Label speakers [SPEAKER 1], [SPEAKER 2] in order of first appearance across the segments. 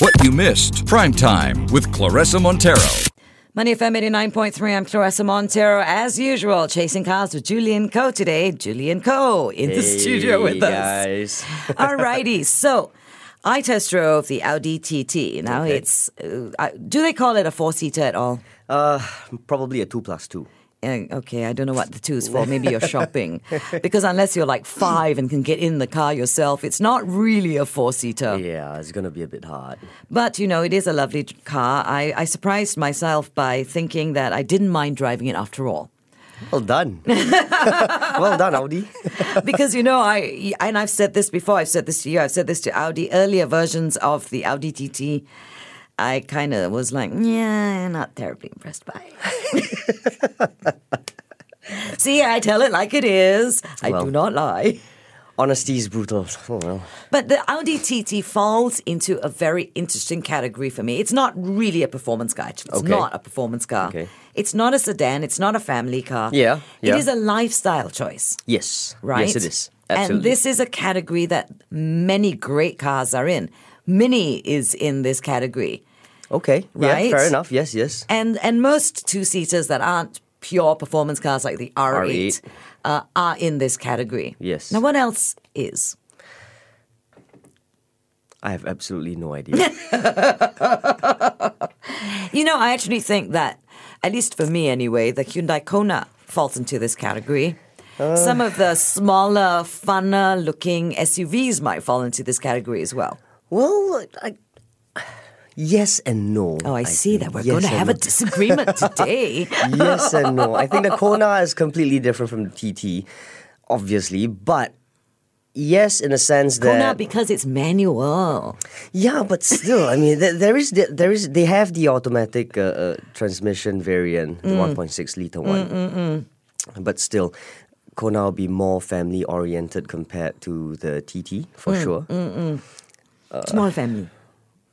[SPEAKER 1] What you missed. Prime time with Clarissa Montero.
[SPEAKER 2] Money FM 89.3, I'm Clarissa Montero. As usual, chasing cars with Julian Coe today. Julian Coe in the studio with us.
[SPEAKER 3] guys.
[SPEAKER 2] Alrighty, so I test drove the Audi TT. Now it's, uh, I- do they call it a four seater at all?
[SPEAKER 3] Probably a two plus two.
[SPEAKER 2] Uh, okay, I don't know what the two is for. Maybe you're shopping. because unless you're like five and can get in the car yourself, it's not really a four seater.
[SPEAKER 3] Yeah, it's gonna be a bit hard.
[SPEAKER 2] But you know, it is a lovely car. I, I surprised myself by thinking that I didn't mind driving it after all.
[SPEAKER 3] Well done. well done, Audi.
[SPEAKER 2] because you know I and I've said this before. I've said this to you. I've said this to Audi. Earlier versions of the Audi TT, I kind of was like, yeah, not terribly impressed by. it." See, I tell it like it is. I
[SPEAKER 3] Well.
[SPEAKER 2] do not lie.
[SPEAKER 3] Honesty is brutal. Oh, well.
[SPEAKER 2] But the Audi TT falls into a very interesting category for me. It's not really a performance car. It's
[SPEAKER 3] Okay.
[SPEAKER 2] not a performance car.
[SPEAKER 3] Okay.
[SPEAKER 2] It's not a sedan. It's not a family car.
[SPEAKER 3] Yeah, yeah.
[SPEAKER 2] It is a lifestyle choice
[SPEAKER 3] Yes.
[SPEAKER 2] right?
[SPEAKER 3] Yes, it is. Absolutely.
[SPEAKER 2] And this is a category that many great cars are in. Mini is in this category.
[SPEAKER 3] Okay.
[SPEAKER 2] Right?
[SPEAKER 3] Yeah, fair enough. Yes, yes.
[SPEAKER 2] And and most two-seaters that aren't pure performance cars like the R8,
[SPEAKER 3] R8.
[SPEAKER 2] Uh, are in this category.
[SPEAKER 3] Yes.
[SPEAKER 2] Now what else is?
[SPEAKER 3] I have absolutely no idea.
[SPEAKER 2] You know, I actually think that at least for me anyway, the Hyundai Kona falls into this category. Some of the smaller, funner looking SUVs might fall into this category as well.
[SPEAKER 3] well, I, yes and no.
[SPEAKER 2] Oh, I, see
[SPEAKER 3] think.
[SPEAKER 2] that we're
[SPEAKER 3] Yes
[SPEAKER 2] going to
[SPEAKER 3] and
[SPEAKER 2] have a
[SPEAKER 3] no.
[SPEAKER 2] disagreement today.
[SPEAKER 3] yes and no. I think the Kona is completely different from the TT, obviously, but yes, in a sense that
[SPEAKER 2] Kona because it's manual.
[SPEAKER 3] Yeah, but still, I mean, there, there is the, there is they have the automatic uh, uh, transmission variant,
[SPEAKER 2] Mm.
[SPEAKER 3] the 1.6 liter one. But still, Kona will be more family oriented compared to the TT for
[SPEAKER 2] Mm,
[SPEAKER 3] sure.
[SPEAKER 2] Small family.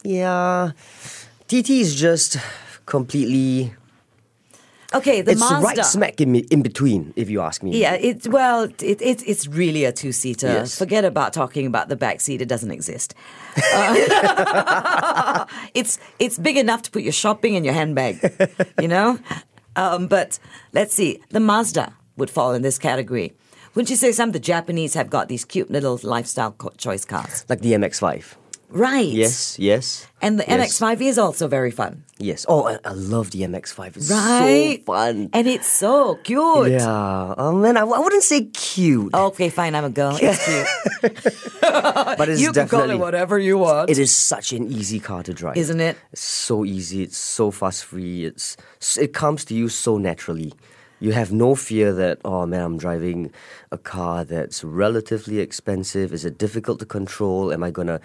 [SPEAKER 3] Yeah, TT is just completely.
[SPEAKER 2] Okay, the
[SPEAKER 3] it's
[SPEAKER 2] Mazda.
[SPEAKER 3] right smack in, in between, if you ask me.
[SPEAKER 2] yeah, it's well, it, it, it's really a two seater.
[SPEAKER 3] Yes.
[SPEAKER 2] Forget about talking about the back seat; it doesn't exist. Uh, it's it's big enough to put your shopping in your handbag, you know. Um, but let's see, the Mazda would fall in this category. Wouldn't you say some of the Japanese have got these cute little lifestyle co- choice cars?
[SPEAKER 3] like the MX-5.
[SPEAKER 2] Right.
[SPEAKER 3] Yes, yes.
[SPEAKER 2] And the
[SPEAKER 3] yes,
[SPEAKER 2] MX-5 E is also very fun.
[SPEAKER 3] Yes. Oh, I, I love the MX-5. It's
[SPEAKER 2] Right?
[SPEAKER 3] so fun.
[SPEAKER 2] And it's so cute.
[SPEAKER 3] yeah. Oh man, I, I wouldn't say cute.
[SPEAKER 2] Okay, fine, I'm a girl. It's cute.
[SPEAKER 3] but it's
[SPEAKER 2] you can call
[SPEAKER 3] definitely
[SPEAKER 2] it whatever you want.
[SPEAKER 3] it is such an easy car to drive,
[SPEAKER 2] Isn't it?
[SPEAKER 3] It's so easy. It's so fast free. It's it comes to you so naturally. You have no fear that oh man, I'm driving a car that's relatively expensive. Is it difficult to control? Am I gonna,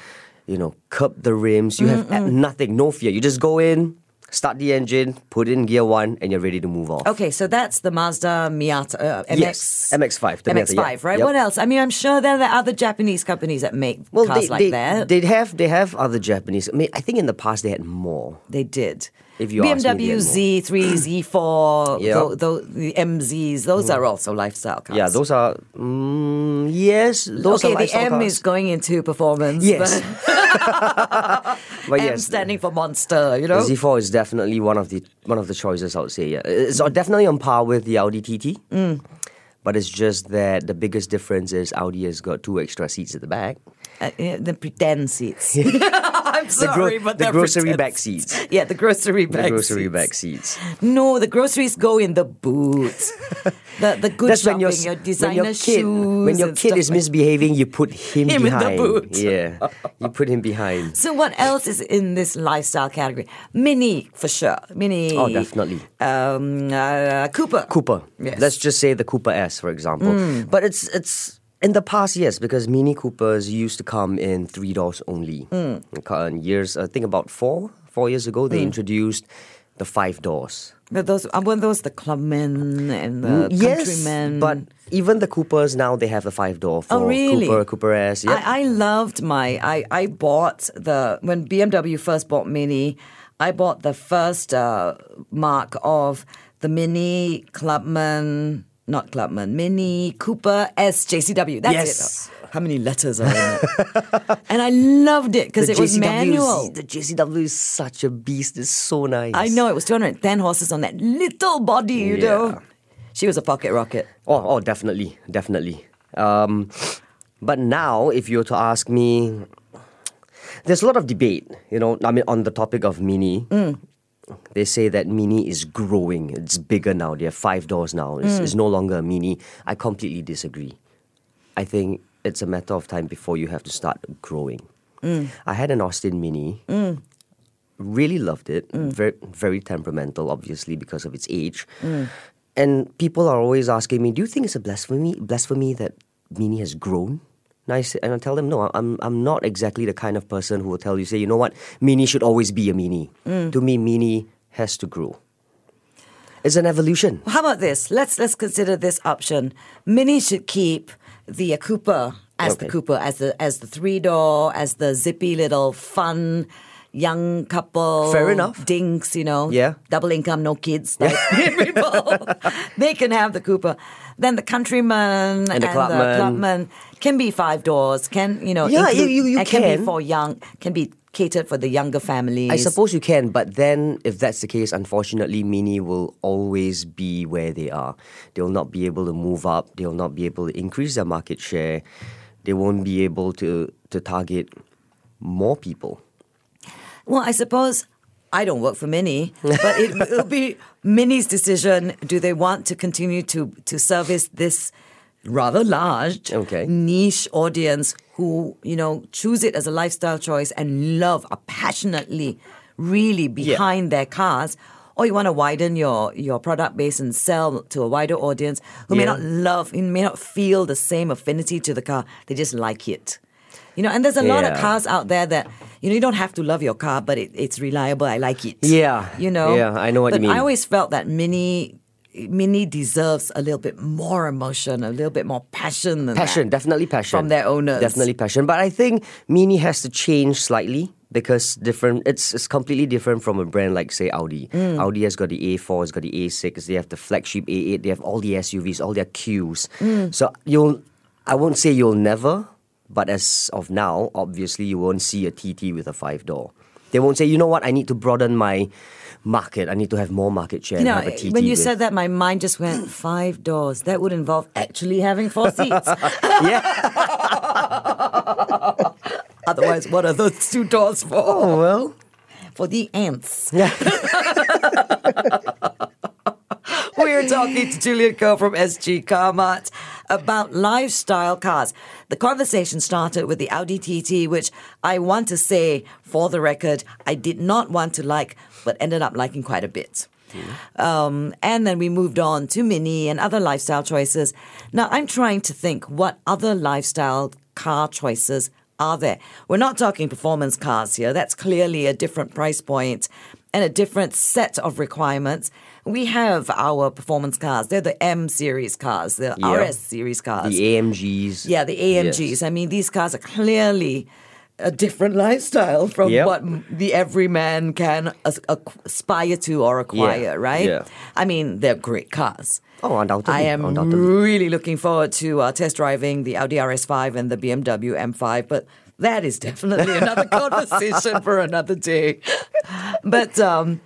[SPEAKER 3] you know, curb the rims? You have
[SPEAKER 2] Mm,
[SPEAKER 3] a- nothing, no fear. You just go in, start the engine, put in gear one, and you're ready to move off.
[SPEAKER 2] Okay, so that's the Mazda Miata uh, MX.
[SPEAKER 3] Yes, MX-5, the Miata,
[SPEAKER 2] MX-5,
[SPEAKER 3] yeah.
[SPEAKER 2] right?
[SPEAKER 3] Yep.
[SPEAKER 2] What else? I mean, I'm sure there are other Japanese companies that make cars
[SPEAKER 3] they,
[SPEAKER 2] like
[SPEAKER 3] they,
[SPEAKER 2] that.
[SPEAKER 3] they have they have other Japanese. I mean, I think in the past they had more.
[SPEAKER 2] They did.
[SPEAKER 3] If you ask me, they
[SPEAKER 2] BMW
[SPEAKER 3] had
[SPEAKER 2] Z3, Z4,
[SPEAKER 3] Yeah.
[SPEAKER 2] tho- tho- the MZs, those are also lifestyle cars.
[SPEAKER 3] Yeah, those are mm, yes. Those
[SPEAKER 2] okay,
[SPEAKER 3] are
[SPEAKER 2] the
[SPEAKER 3] lifestyle
[SPEAKER 2] M
[SPEAKER 3] cars.
[SPEAKER 2] is going into performance. but
[SPEAKER 3] Yes. but
[SPEAKER 2] M
[SPEAKER 3] yes,
[SPEAKER 2] standing for monster, you
[SPEAKER 3] the
[SPEAKER 2] know?
[SPEAKER 3] Z4 is definitely one of the one of the choices I would say. Yeah, it's definitely on par with the Audi TT.
[SPEAKER 2] Mm.
[SPEAKER 3] But it's just that the biggest difference is Audi has got two extra seats at the back.
[SPEAKER 2] Uh, yeah, the pretend seats. I'm
[SPEAKER 3] The, gro-
[SPEAKER 2] sorry, but
[SPEAKER 3] the
[SPEAKER 2] they're
[SPEAKER 3] grocery
[SPEAKER 2] pretend
[SPEAKER 3] back seats.
[SPEAKER 2] Yeah, the grocery
[SPEAKER 3] The
[SPEAKER 2] bag.
[SPEAKER 3] grocery
[SPEAKER 2] seats.
[SPEAKER 3] back seats.
[SPEAKER 2] No, the groceries go in the boots. the the good
[SPEAKER 3] That's when
[SPEAKER 2] shopping, your
[SPEAKER 3] your, when your
[SPEAKER 2] designer
[SPEAKER 3] kid
[SPEAKER 2] shoes.
[SPEAKER 3] when your
[SPEAKER 2] and
[SPEAKER 3] kid
[SPEAKER 2] stuff
[SPEAKER 3] is
[SPEAKER 2] like-
[SPEAKER 3] misbehaving, you put him,
[SPEAKER 2] Him in the
[SPEAKER 3] behind.
[SPEAKER 2] boot.
[SPEAKER 3] Yeah, you put him behind.
[SPEAKER 2] So what else is in this lifestyle category? Mini for sure. Mini.
[SPEAKER 3] Oh, definitely.
[SPEAKER 2] Um, uh, Cooper.
[SPEAKER 3] Cooper.
[SPEAKER 2] Yes. Mm.
[SPEAKER 3] Let's just say the Cooper S, for example. But it's it's in the past, yes, because Mini Coopers used to come in three doors only.
[SPEAKER 2] Mm.
[SPEAKER 3] Ca- in Years, I think about four four years ago, they introduced the five doors.
[SPEAKER 2] But those uh, weren't those the clubmen and the countrymen?
[SPEAKER 3] Uh, Mm, but even the Coopers now they have the five door for
[SPEAKER 2] Oh, really?
[SPEAKER 3] Cooper Cooper S. Yeah.
[SPEAKER 2] I, I loved my I, I bought the when BMW first bought Mini, I bought the first uh, mark of the Mini Clubman not Clubman, Mini, Cooper, S, JCW. That's
[SPEAKER 3] Yes.
[SPEAKER 2] it. How many letters are in it? and I loved it because
[SPEAKER 3] The
[SPEAKER 2] it was
[SPEAKER 3] JCW
[SPEAKER 2] manual.
[SPEAKER 3] The JCW is such a beast. It's so nice.
[SPEAKER 2] I know it was 210 horses on that little body, you know.
[SPEAKER 3] Yeah.
[SPEAKER 2] She was a pocket rocket.
[SPEAKER 3] Oh, oh, definitely, definitely. Um, but now, if you were to ask me, there's a lot of debate. You know, I mean, on the topic of Mini, they say that Mini is growing. It's bigger now. They have five doors now. It's, it's no longer a Mini. I completely disagree. I think it's a matter of time before you have to start growing. I had an Austin Mini. Really loved it. Very, very temperamental, obviously, because of its age. And people are always asking me, "Do you think it's a blasphemy? Blasphemy that Mini has grown?" And I say, and I tell them, "No, I'm, I'm not exactly the kind of person who will tell you, say, you know what, Mini should always be a Mini. To me, Mini has to grow. It's an evolution.
[SPEAKER 2] How about this? Let's let's consider this option. Mini should keep the uh, Cooper as the
[SPEAKER 3] Okay.
[SPEAKER 2] Cooper, as the as the three door, as the zippy little fun young couple.
[SPEAKER 3] Fair enough.
[SPEAKER 2] Dinks, you know.
[SPEAKER 3] Yeah.
[SPEAKER 2] Double income, no kids. Like people. They can have the Cooper. Then the countryman
[SPEAKER 3] And the Clubman.
[SPEAKER 2] Clubman can be five doors. Can you know?
[SPEAKER 3] Yeah, you-
[SPEAKER 2] include-
[SPEAKER 3] you- you
[SPEAKER 2] and can. be
[SPEAKER 3] can.
[SPEAKER 2] for young. Can be catered for the younger families.
[SPEAKER 3] I suppose you can, but then if that's the case, unfortunately, Mini will always be where they are. They'll not be able to move up. They'll not be able to increase their market share. They won't be able to to target more people.
[SPEAKER 2] Well, I suppose I don't work for Mini, but it will be Mini's decision. Do they want to continue to to service this rather large
[SPEAKER 3] Okay.
[SPEAKER 2] niche audience who you know choose it as a lifestyle choice and love are passionately, really behind their cars? Or you want to widen your, your product base and sell to a wider audience who may
[SPEAKER 3] Yeah.
[SPEAKER 2] not love, who may not feel the same affinity to the car. They just like it. You know, and there's a lot of
[SPEAKER 3] Yeah.
[SPEAKER 2] cars out there that you know you don't have to love your car, but it, it's reliable. I like it.
[SPEAKER 3] Yeah.
[SPEAKER 2] you know.
[SPEAKER 3] Yeah, I know what
[SPEAKER 2] but
[SPEAKER 3] you
[SPEAKER 2] I
[SPEAKER 3] mean.
[SPEAKER 2] always felt that Mini, Mini deserves a little bit more emotion, a little bit more passion. Than
[SPEAKER 3] Passion,
[SPEAKER 2] that.
[SPEAKER 3] definitely passion
[SPEAKER 2] From their owners.
[SPEAKER 3] Definitely passion, but I think Mini has to change slightly because different. It's it's completely different from a brand like say Audi.
[SPEAKER 2] Mm.
[SPEAKER 3] Audi has got the A4, it's got the A6. They have the flagship A8. They have all the SUVs, all their Qs.
[SPEAKER 2] Mm.
[SPEAKER 3] So you'll, I won't say you'll never, but as of now, obviously you won't see a TT with a five door. They won't say, you know what, I need to broaden my market. I need to have more market share.
[SPEAKER 2] You know, eh,
[SPEAKER 3] and have a TT
[SPEAKER 2] when you
[SPEAKER 3] with.
[SPEAKER 2] said that, my mind just went five doors. That would involve actually having four seats.
[SPEAKER 3] yeah,
[SPEAKER 2] Otherwise, what are those two doors for?
[SPEAKER 3] oh well,
[SPEAKER 2] For the ants.
[SPEAKER 3] yeah.
[SPEAKER 2] We are talking to Julia Kerr from SG Carmart about lifestyle cars. The conversation started with the Audi TT, which I want to say, for the record, I did not want to like, but ended up liking quite a bit. Um, and then we moved on to Mini and other lifestyle choices. Now I'm trying to think what other lifestyle car choices are there. We're not talking performance cars here. That's clearly a different price point and a different set of requirements. We have our performance cars. They're the M series cars, the
[SPEAKER 3] Yeah.
[SPEAKER 2] RS series cars.
[SPEAKER 3] The AMGs.
[SPEAKER 2] Yeah, the AMGs.
[SPEAKER 3] Yes.
[SPEAKER 2] I mean, these cars are clearly a different lifestyle from
[SPEAKER 3] Yep.
[SPEAKER 2] what m- the everyman can as- ac- aspire to or acquire, right?
[SPEAKER 3] yeah.
[SPEAKER 2] I mean, they're great cars.
[SPEAKER 3] Oh, undoubtedly.
[SPEAKER 2] I am
[SPEAKER 3] undoubtedly.
[SPEAKER 2] really looking forward to uh, test driving the Audi RS5 and the BMW M5, but that is definitely another conversation for another day. but um,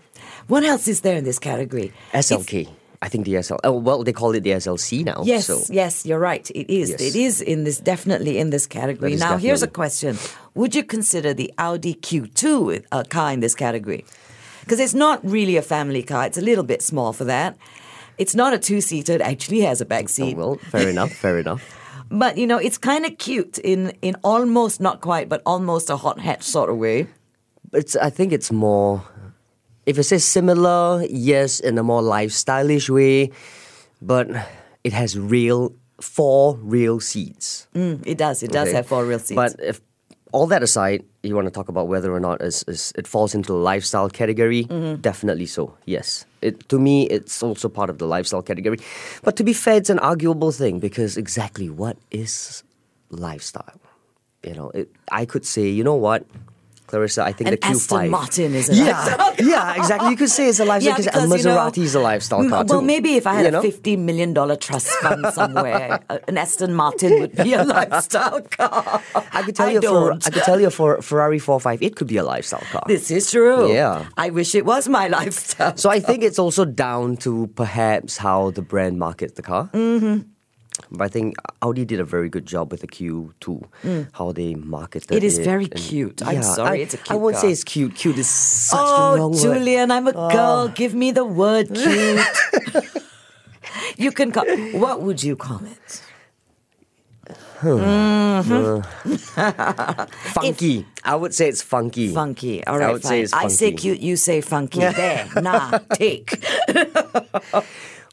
[SPEAKER 2] what else is there in this category?
[SPEAKER 3] SLK. I think the SL. Oh, well, they call it the SLC now.
[SPEAKER 2] Yes,
[SPEAKER 3] So.
[SPEAKER 2] yes, you're right. It is.
[SPEAKER 3] Yes.
[SPEAKER 2] It is in this definitely in this category.
[SPEAKER 3] That is
[SPEAKER 2] Now, here's a
[SPEAKER 3] definitely.
[SPEAKER 2] question: Would you consider the Audi Q2 a car in this category? Because it's not really a family car. It's a little bit small for that. It's not a two-seater. It actually has a back
[SPEAKER 3] Oh,
[SPEAKER 2] seat.
[SPEAKER 3] well, fair enough. Fair enough.
[SPEAKER 2] But you know, it's kind of cute in in almost not quite, but almost a hot hatch sort of way.
[SPEAKER 3] But it's, I think it's more. If it says similar, yes, in a more lifestyleish way, but it has real four real seats.
[SPEAKER 2] Mm, it does. It does
[SPEAKER 3] okay?
[SPEAKER 2] have four real seats.
[SPEAKER 3] But if all that aside, you want to talk about whether or not is, is it falls into the lifestyle category?
[SPEAKER 2] Mm-hmm.
[SPEAKER 3] Definitely so. Yes, it to me it's also part of the lifestyle category. But to be fair, it's an arguable thing because exactly what is lifestyle? You know, it, I could say, you know what, Clarissa, I think
[SPEAKER 2] An
[SPEAKER 3] the Q5.
[SPEAKER 2] Aston Martin is a
[SPEAKER 3] yeah,
[SPEAKER 2] lifestyle
[SPEAKER 3] yeah, exactly. You could say it's a lifestyle because a
[SPEAKER 2] you know,
[SPEAKER 3] Maserati is a lifestyle
[SPEAKER 2] m-
[SPEAKER 3] car
[SPEAKER 2] Well,
[SPEAKER 3] too,
[SPEAKER 2] maybe if I had
[SPEAKER 3] you
[SPEAKER 2] a
[SPEAKER 3] know?
[SPEAKER 2] fifty million dollar trust fund somewhere, a- an Aston Martin would be a lifestyle car.
[SPEAKER 3] I could tell
[SPEAKER 2] I
[SPEAKER 3] you, a Fer-
[SPEAKER 2] don't.
[SPEAKER 3] I could tell you, for Ferrari 458 could be a lifestyle car.
[SPEAKER 2] This is true.
[SPEAKER 3] Yeah.
[SPEAKER 2] I wish it was my lifestyle.
[SPEAKER 3] So I think it's also down to perhaps how the brand markets the car. Mm-hmm. But I think Audi did a very good job with the Q2, how they marketed it.
[SPEAKER 2] Mm. It is very
[SPEAKER 3] and-
[SPEAKER 2] cute. I'm
[SPEAKER 3] Yeah,
[SPEAKER 2] sorry,
[SPEAKER 3] I,
[SPEAKER 2] it's a
[SPEAKER 3] I
[SPEAKER 2] cute
[SPEAKER 3] won't say
[SPEAKER 2] car.
[SPEAKER 3] it's cute. Cute is such
[SPEAKER 2] oh,
[SPEAKER 3] a wrong word. Ah.
[SPEAKER 2] Julian, I'm a girl. Give me the word cute. you can call. What would you call it?
[SPEAKER 3] Funky. I would say it's funky.
[SPEAKER 2] Funky. All
[SPEAKER 3] I
[SPEAKER 2] right,
[SPEAKER 3] would
[SPEAKER 2] fine.
[SPEAKER 3] say it's
[SPEAKER 2] I say
[SPEAKER 3] funky.
[SPEAKER 2] cute. You say funky. there, nah, take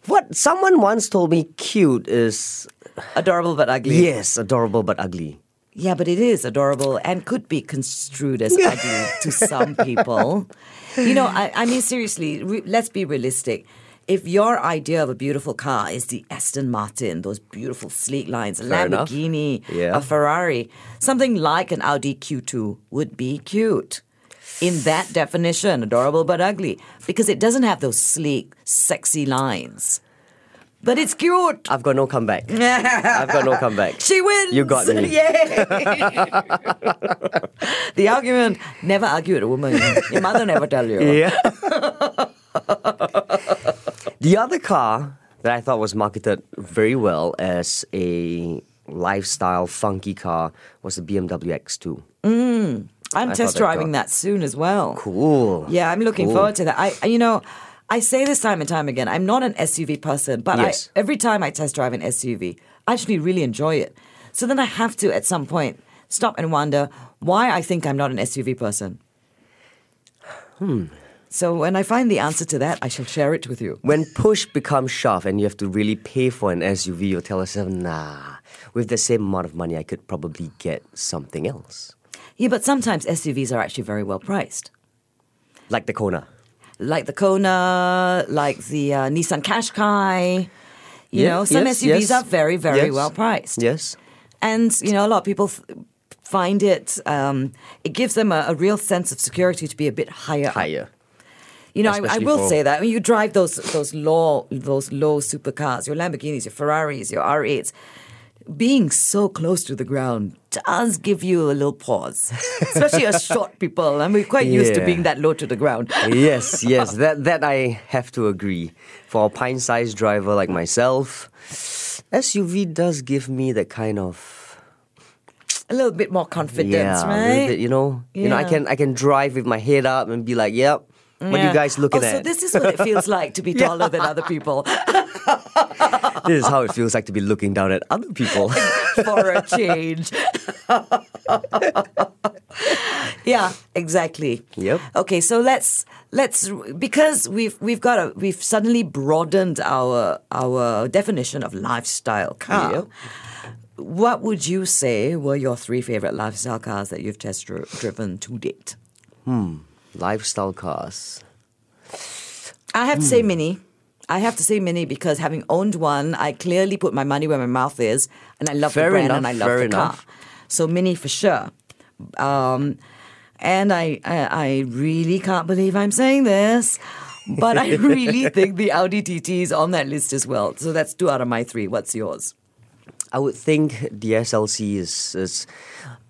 [SPEAKER 3] What? Someone once told me cute is,
[SPEAKER 2] adorable but ugly.
[SPEAKER 3] yes, adorable but ugly.
[SPEAKER 2] Yeah, but it is adorable and could be construed as ugly to some people. You know, I, I mean, seriously, re- let's be realistic. If your idea of a beautiful car is the Aston Martin, those beautiful sleek lines, a
[SPEAKER 3] Fair enough.
[SPEAKER 2] Lamborghini,
[SPEAKER 3] Yeah.
[SPEAKER 2] a Ferrari, something like an Audi Q2 would be cute. In that definition, adorable but ugly, because it doesn't have those sleek, sexy lines. But it's cute.
[SPEAKER 3] I've got no comeback. I've got no comeback.
[SPEAKER 2] She wins.
[SPEAKER 3] You got me.
[SPEAKER 2] Yay. the argument never argue with a woman. Your mother never tell you.
[SPEAKER 3] Yeah. the other car that I thought was marketed very well as a lifestyle funky car was the BMW X2.
[SPEAKER 2] I'm
[SPEAKER 3] I
[SPEAKER 2] test
[SPEAKER 3] thought that
[SPEAKER 2] driving that soon as well.
[SPEAKER 3] Cool.
[SPEAKER 2] Yeah, I'm looking
[SPEAKER 3] Cool.
[SPEAKER 2] forward to that. I, I- you know, I say this time and time again. I'm not an SUV person, but
[SPEAKER 3] Yes.
[SPEAKER 2] I, every time I test drive an SUV, I actually really enjoy it. So then I have to at some point stop and wonder why I think I'm not an SUV person.
[SPEAKER 3] Hmm.
[SPEAKER 2] So when I find the answer to that, I shall share it with you.
[SPEAKER 3] When push becomes shove and you have to really pay for an SUV, you'll tell yourself, nah, with the same amount of money, I could probably get something else.
[SPEAKER 2] Yeah, but sometimes SUVs are actually very well priced,
[SPEAKER 3] Like the Kona.
[SPEAKER 2] like the Kona, like the uh, Nissan Qashqai. You
[SPEAKER 3] Yeah,
[SPEAKER 2] know, some
[SPEAKER 3] yes,
[SPEAKER 2] SUVs
[SPEAKER 3] yes.
[SPEAKER 2] are very, very
[SPEAKER 3] Yes.
[SPEAKER 2] well priced.
[SPEAKER 3] Yes.
[SPEAKER 2] And, you know, a lot of people th- find it, um, it gives them a, a real sense of security to be a bit higher. up.
[SPEAKER 3] Higher.
[SPEAKER 2] You know, I, I
[SPEAKER 3] Especially
[SPEAKER 2] will
[SPEAKER 3] for-
[SPEAKER 2] say that. I mean, you drive those those low those low supercars, your Lamborghinis, your Ferraris, your R8s. Being so close to the ground does give you a little pause, especially as short people. And we're quite used to
[SPEAKER 3] Yeah.
[SPEAKER 2] being that low to the ground.
[SPEAKER 3] yes, yes, that that I have to agree. For a pint-sized driver like myself, SUV does give me that kind of
[SPEAKER 2] A little bit more confidence,
[SPEAKER 3] yeah, a little
[SPEAKER 2] right?
[SPEAKER 3] bit, you know, you know, I
[SPEAKER 2] Yeah.
[SPEAKER 3] can I can drive with my head up and be like, "Yep, what are
[SPEAKER 2] Yeah.
[SPEAKER 3] you guys looking
[SPEAKER 2] oh,
[SPEAKER 3] at?"
[SPEAKER 2] So this is what it feels like to be taller than other people
[SPEAKER 3] This is how it feels like to be looking down at other people.
[SPEAKER 2] for a change. yeah, exactly.
[SPEAKER 3] Yep.
[SPEAKER 2] Okay, so let's let's because we've we've got a we've suddenly broadened our our definition of lifestyle car.
[SPEAKER 3] Yep.
[SPEAKER 2] What would you say were your three favorite lifestyle cars that you've test dri- driven to date?
[SPEAKER 3] Lifestyle cars.
[SPEAKER 2] I have to
[SPEAKER 3] Hmm.
[SPEAKER 2] say Mini. I have to say Mini because having owned one, I clearly put my money where my mouth is, and I love
[SPEAKER 3] Fair
[SPEAKER 2] the brand
[SPEAKER 3] enough,
[SPEAKER 2] and I love
[SPEAKER 3] fair
[SPEAKER 2] the car.
[SPEAKER 3] enough.
[SPEAKER 2] So Mini for sure. Um, and I, I, I really can't believe I'm saying this, but I really think the Audi TT is on that list as well. So that's two out of my three. What's yours?
[SPEAKER 3] I would think the SLC is is.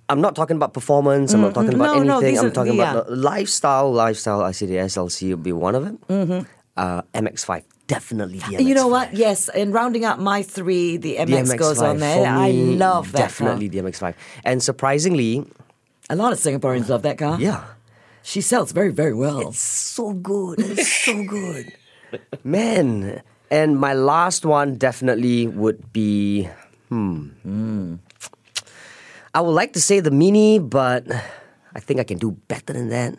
[SPEAKER 3] I'm not talking about performance. I'm not talking about
[SPEAKER 2] Mm-hmm. No, no,
[SPEAKER 3] anything.
[SPEAKER 2] these
[SPEAKER 3] I'm
[SPEAKER 2] are-
[SPEAKER 3] talking about
[SPEAKER 2] yeah.
[SPEAKER 3] the lifestyle. Lifestyle. I see the SLC would be one of it. Uh, MX5 definitely. The MX5.
[SPEAKER 2] Mm-hmm. You know what? Yes, in rounding up my three, the
[SPEAKER 3] The
[SPEAKER 2] MX,
[SPEAKER 3] MX5
[SPEAKER 2] goes on there.
[SPEAKER 3] for
[SPEAKER 2] I
[SPEAKER 3] me,
[SPEAKER 2] love that.
[SPEAKER 3] Definitely
[SPEAKER 2] Car.
[SPEAKER 3] the MX5. And surprisingly,
[SPEAKER 2] A lot of Singaporeans love that car.
[SPEAKER 3] yeah,
[SPEAKER 2] She sells very, very well.
[SPEAKER 3] so good. It's so good, man. And my last one definitely would be hmm. I would like to say the mini, but I think I can do better than that.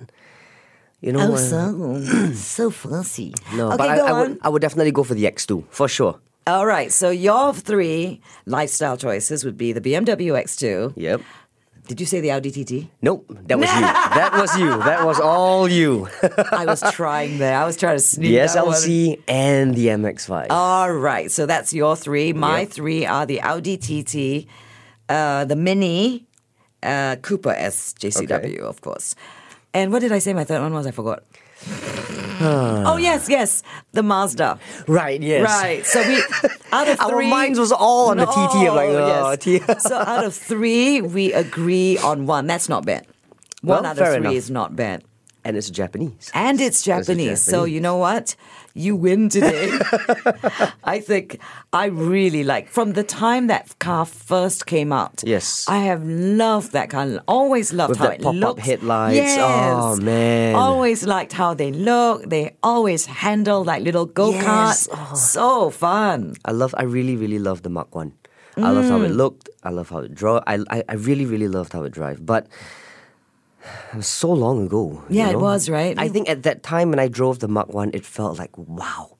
[SPEAKER 3] You know, uh,
[SPEAKER 2] Oh, so, so fancy.
[SPEAKER 3] no,
[SPEAKER 2] okay,
[SPEAKER 3] but I,
[SPEAKER 2] go
[SPEAKER 3] I
[SPEAKER 2] on.
[SPEAKER 3] would I would definitely go for the X2 for sure.
[SPEAKER 2] All right, so your three lifestyle choices would be the BMW X2.
[SPEAKER 3] Yep.
[SPEAKER 2] Did you say the Audi TT?
[SPEAKER 3] Nope, that was you. That was you. That was all you.
[SPEAKER 2] I was trying there. I was trying to sneak
[SPEAKER 3] the
[SPEAKER 2] that one.
[SPEAKER 3] SLC and the MX5.
[SPEAKER 2] All right, so that's your three. My
[SPEAKER 3] Yep.
[SPEAKER 2] three are the Audi TT, uh, the Mini, uh, Cooper SJCW, of course. And what did I say my third one was? I forgot. oh yes, yes, the Mazda.
[SPEAKER 3] Right, yes.
[SPEAKER 2] Right. So we out of
[SPEAKER 3] Our
[SPEAKER 2] three,
[SPEAKER 3] minds was all on the TT. I'm like,
[SPEAKER 2] No,
[SPEAKER 3] "Oh, T."
[SPEAKER 2] so out of three, we agree on one. That's not bad. One
[SPEAKER 3] Well,
[SPEAKER 2] out of
[SPEAKER 3] fair
[SPEAKER 2] three
[SPEAKER 3] enough.
[SPEAKER 2] is not bad.
[SPEAKER 3] And it's Japanese.
[SPEAKER 2] And it's Japanese, So
[SPEAKER 3] a Japanese.
[SPEAKER 2] you know what? You win today. I think I really like from the time that car first came out.
[SPEAKER 3] Yes.
[SPEAKER 2] I have loved that kind of always loved
[SPEAKER 3] With
[SPEAKER 2] how
[SPEAKER 3] that
[SPEAKER 2] it
[SPEAKER 3] pop-up
[SPEAKER 2] looks.
[SPEAKER 3] headlights.
[SPEAKER 2] Yes.
[SPEAKER 3] Oh, man.
[SPEAKER 2] Always liked how they look. They always handle like little go-karts.
[SPEAKER 3] Yes. Oh.
[SPEAKER 2] So fun.
[SPEAKER 3] I love. I really, really love the Mark One. I loved how it
[SPEAKER 2] Mm.
[SPEAKER 3] looked. I love how it drove. I, I, I really, really loved how it drive. But it was so long ago. you
[SPEAKER 2] Yeah, it
[SPEAKER 3] know?
[SPEAKER 2] was, right?
[SPEAKER 3] I think at that time when I drove the Mark One, it felt like wow.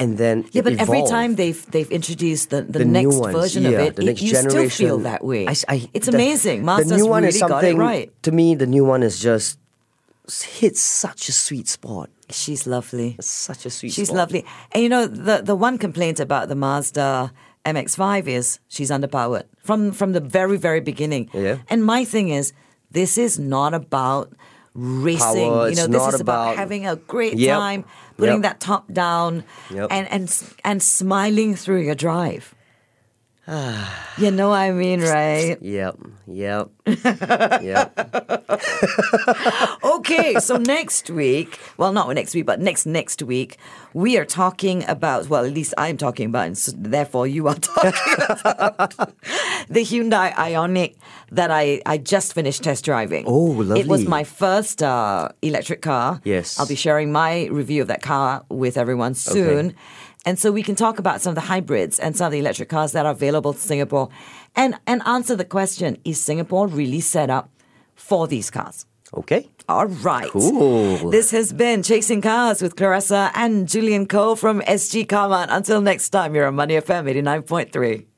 [SPEAKER 3] And then
[SPEAKER 2] Yeah,
[SPEAKER 3] it
[SPEAKER 2] but every
[SPEAKER 3] evolved.
[SPEAKER 2] time they've they've introduced the, the,
[SPEAKER 3] The new
[SPEAKER 2] next
[SPEAKER 3] ones,
[SPEAKER 2] version of
[SPEAKER 3] yeah,
[SPEAKER 2] it,
[SPEAKER 3] the
[SPEAKER 2] it-
[SPEAKER 3] next
[SPEAKER 2] you still
[SPEAKER 3] generation,
[SPEAKER 2] feel that way.
[SPEAKER 3] I s- I-
[SPEAKER 2] it's
[SPEAKER 3] the-
[SPEAKER 2] amazing. Mazda's
[SPEAKER 3] the new one
[SPEAKER 2] really
[SPEAKER 3] is something
[SPEAKER 2] got it right.
[SPEAKER 3] To me, the new one is just s- hits such a sweet spot.
[SPEAKER 2] She's lovely.
[SPEAKER 3] Such a sweet.
[SPEAKER 2] She's
[SPEAKER 3] spot.
[SPEAKER 2] lovely. And you know, the, the one complaint about the Mazda MX-5 is she's underpowered from from the very very beginning.
[SPEAKER 3] Yeah.
[SPEAKER 2] And my thing is, this is not about racing.
[SPEAKER 3] Power,
[SPEAKER 2] you know,
[SPEAKER 3] it's
[SPEAKER 2] this
[SPEAKER 3] not
[SPEAKER 2] is about,
[SPEAKER 3] about-
[SPEAKER 2] having a great
[SPEAKER 3] Yep.
[SPEAKER 2] time, putting
[SPEAKER 3] Yep.
[SPEAKER 2] that top down,
[SPEAKER 3] Yep.
[SPEAKER 2] and and s- and smiling through your drive. you know what I mean, right?
[SPEAKER 3] Yep. Yep. yep.
[SPEAKER 2] Okay, so next week, well, not next week, but next next week, we are talking about. Well, at least I'm talking about, and so therefore you are talking about the Hyundai Ionic that I I just finished test driving.
[SPEAKER 3] Oh,
[SPEAKER 2] It was
[SPEAKER 3] lovely.
[SPEAKER 2] my first uh, electric car.
[SPEAKER 3] Yes.
[SPEAKER 2] I'll be sharing my review of that car with everyone soon. And so we can talk about some of the hybrids and some of the electric cars that are available to Singapore and, and answer the question is Singapore really set up for these cars?
[SPEAKER 3] Okay.
[SPEAKER 2] All right.
[SPEAKER 3] Cool.
[SPEAKER 2] This has been Chasing Cars with Clarissa and Julian Cole from SG Carman. Until next time, you're on Money FM 89.3.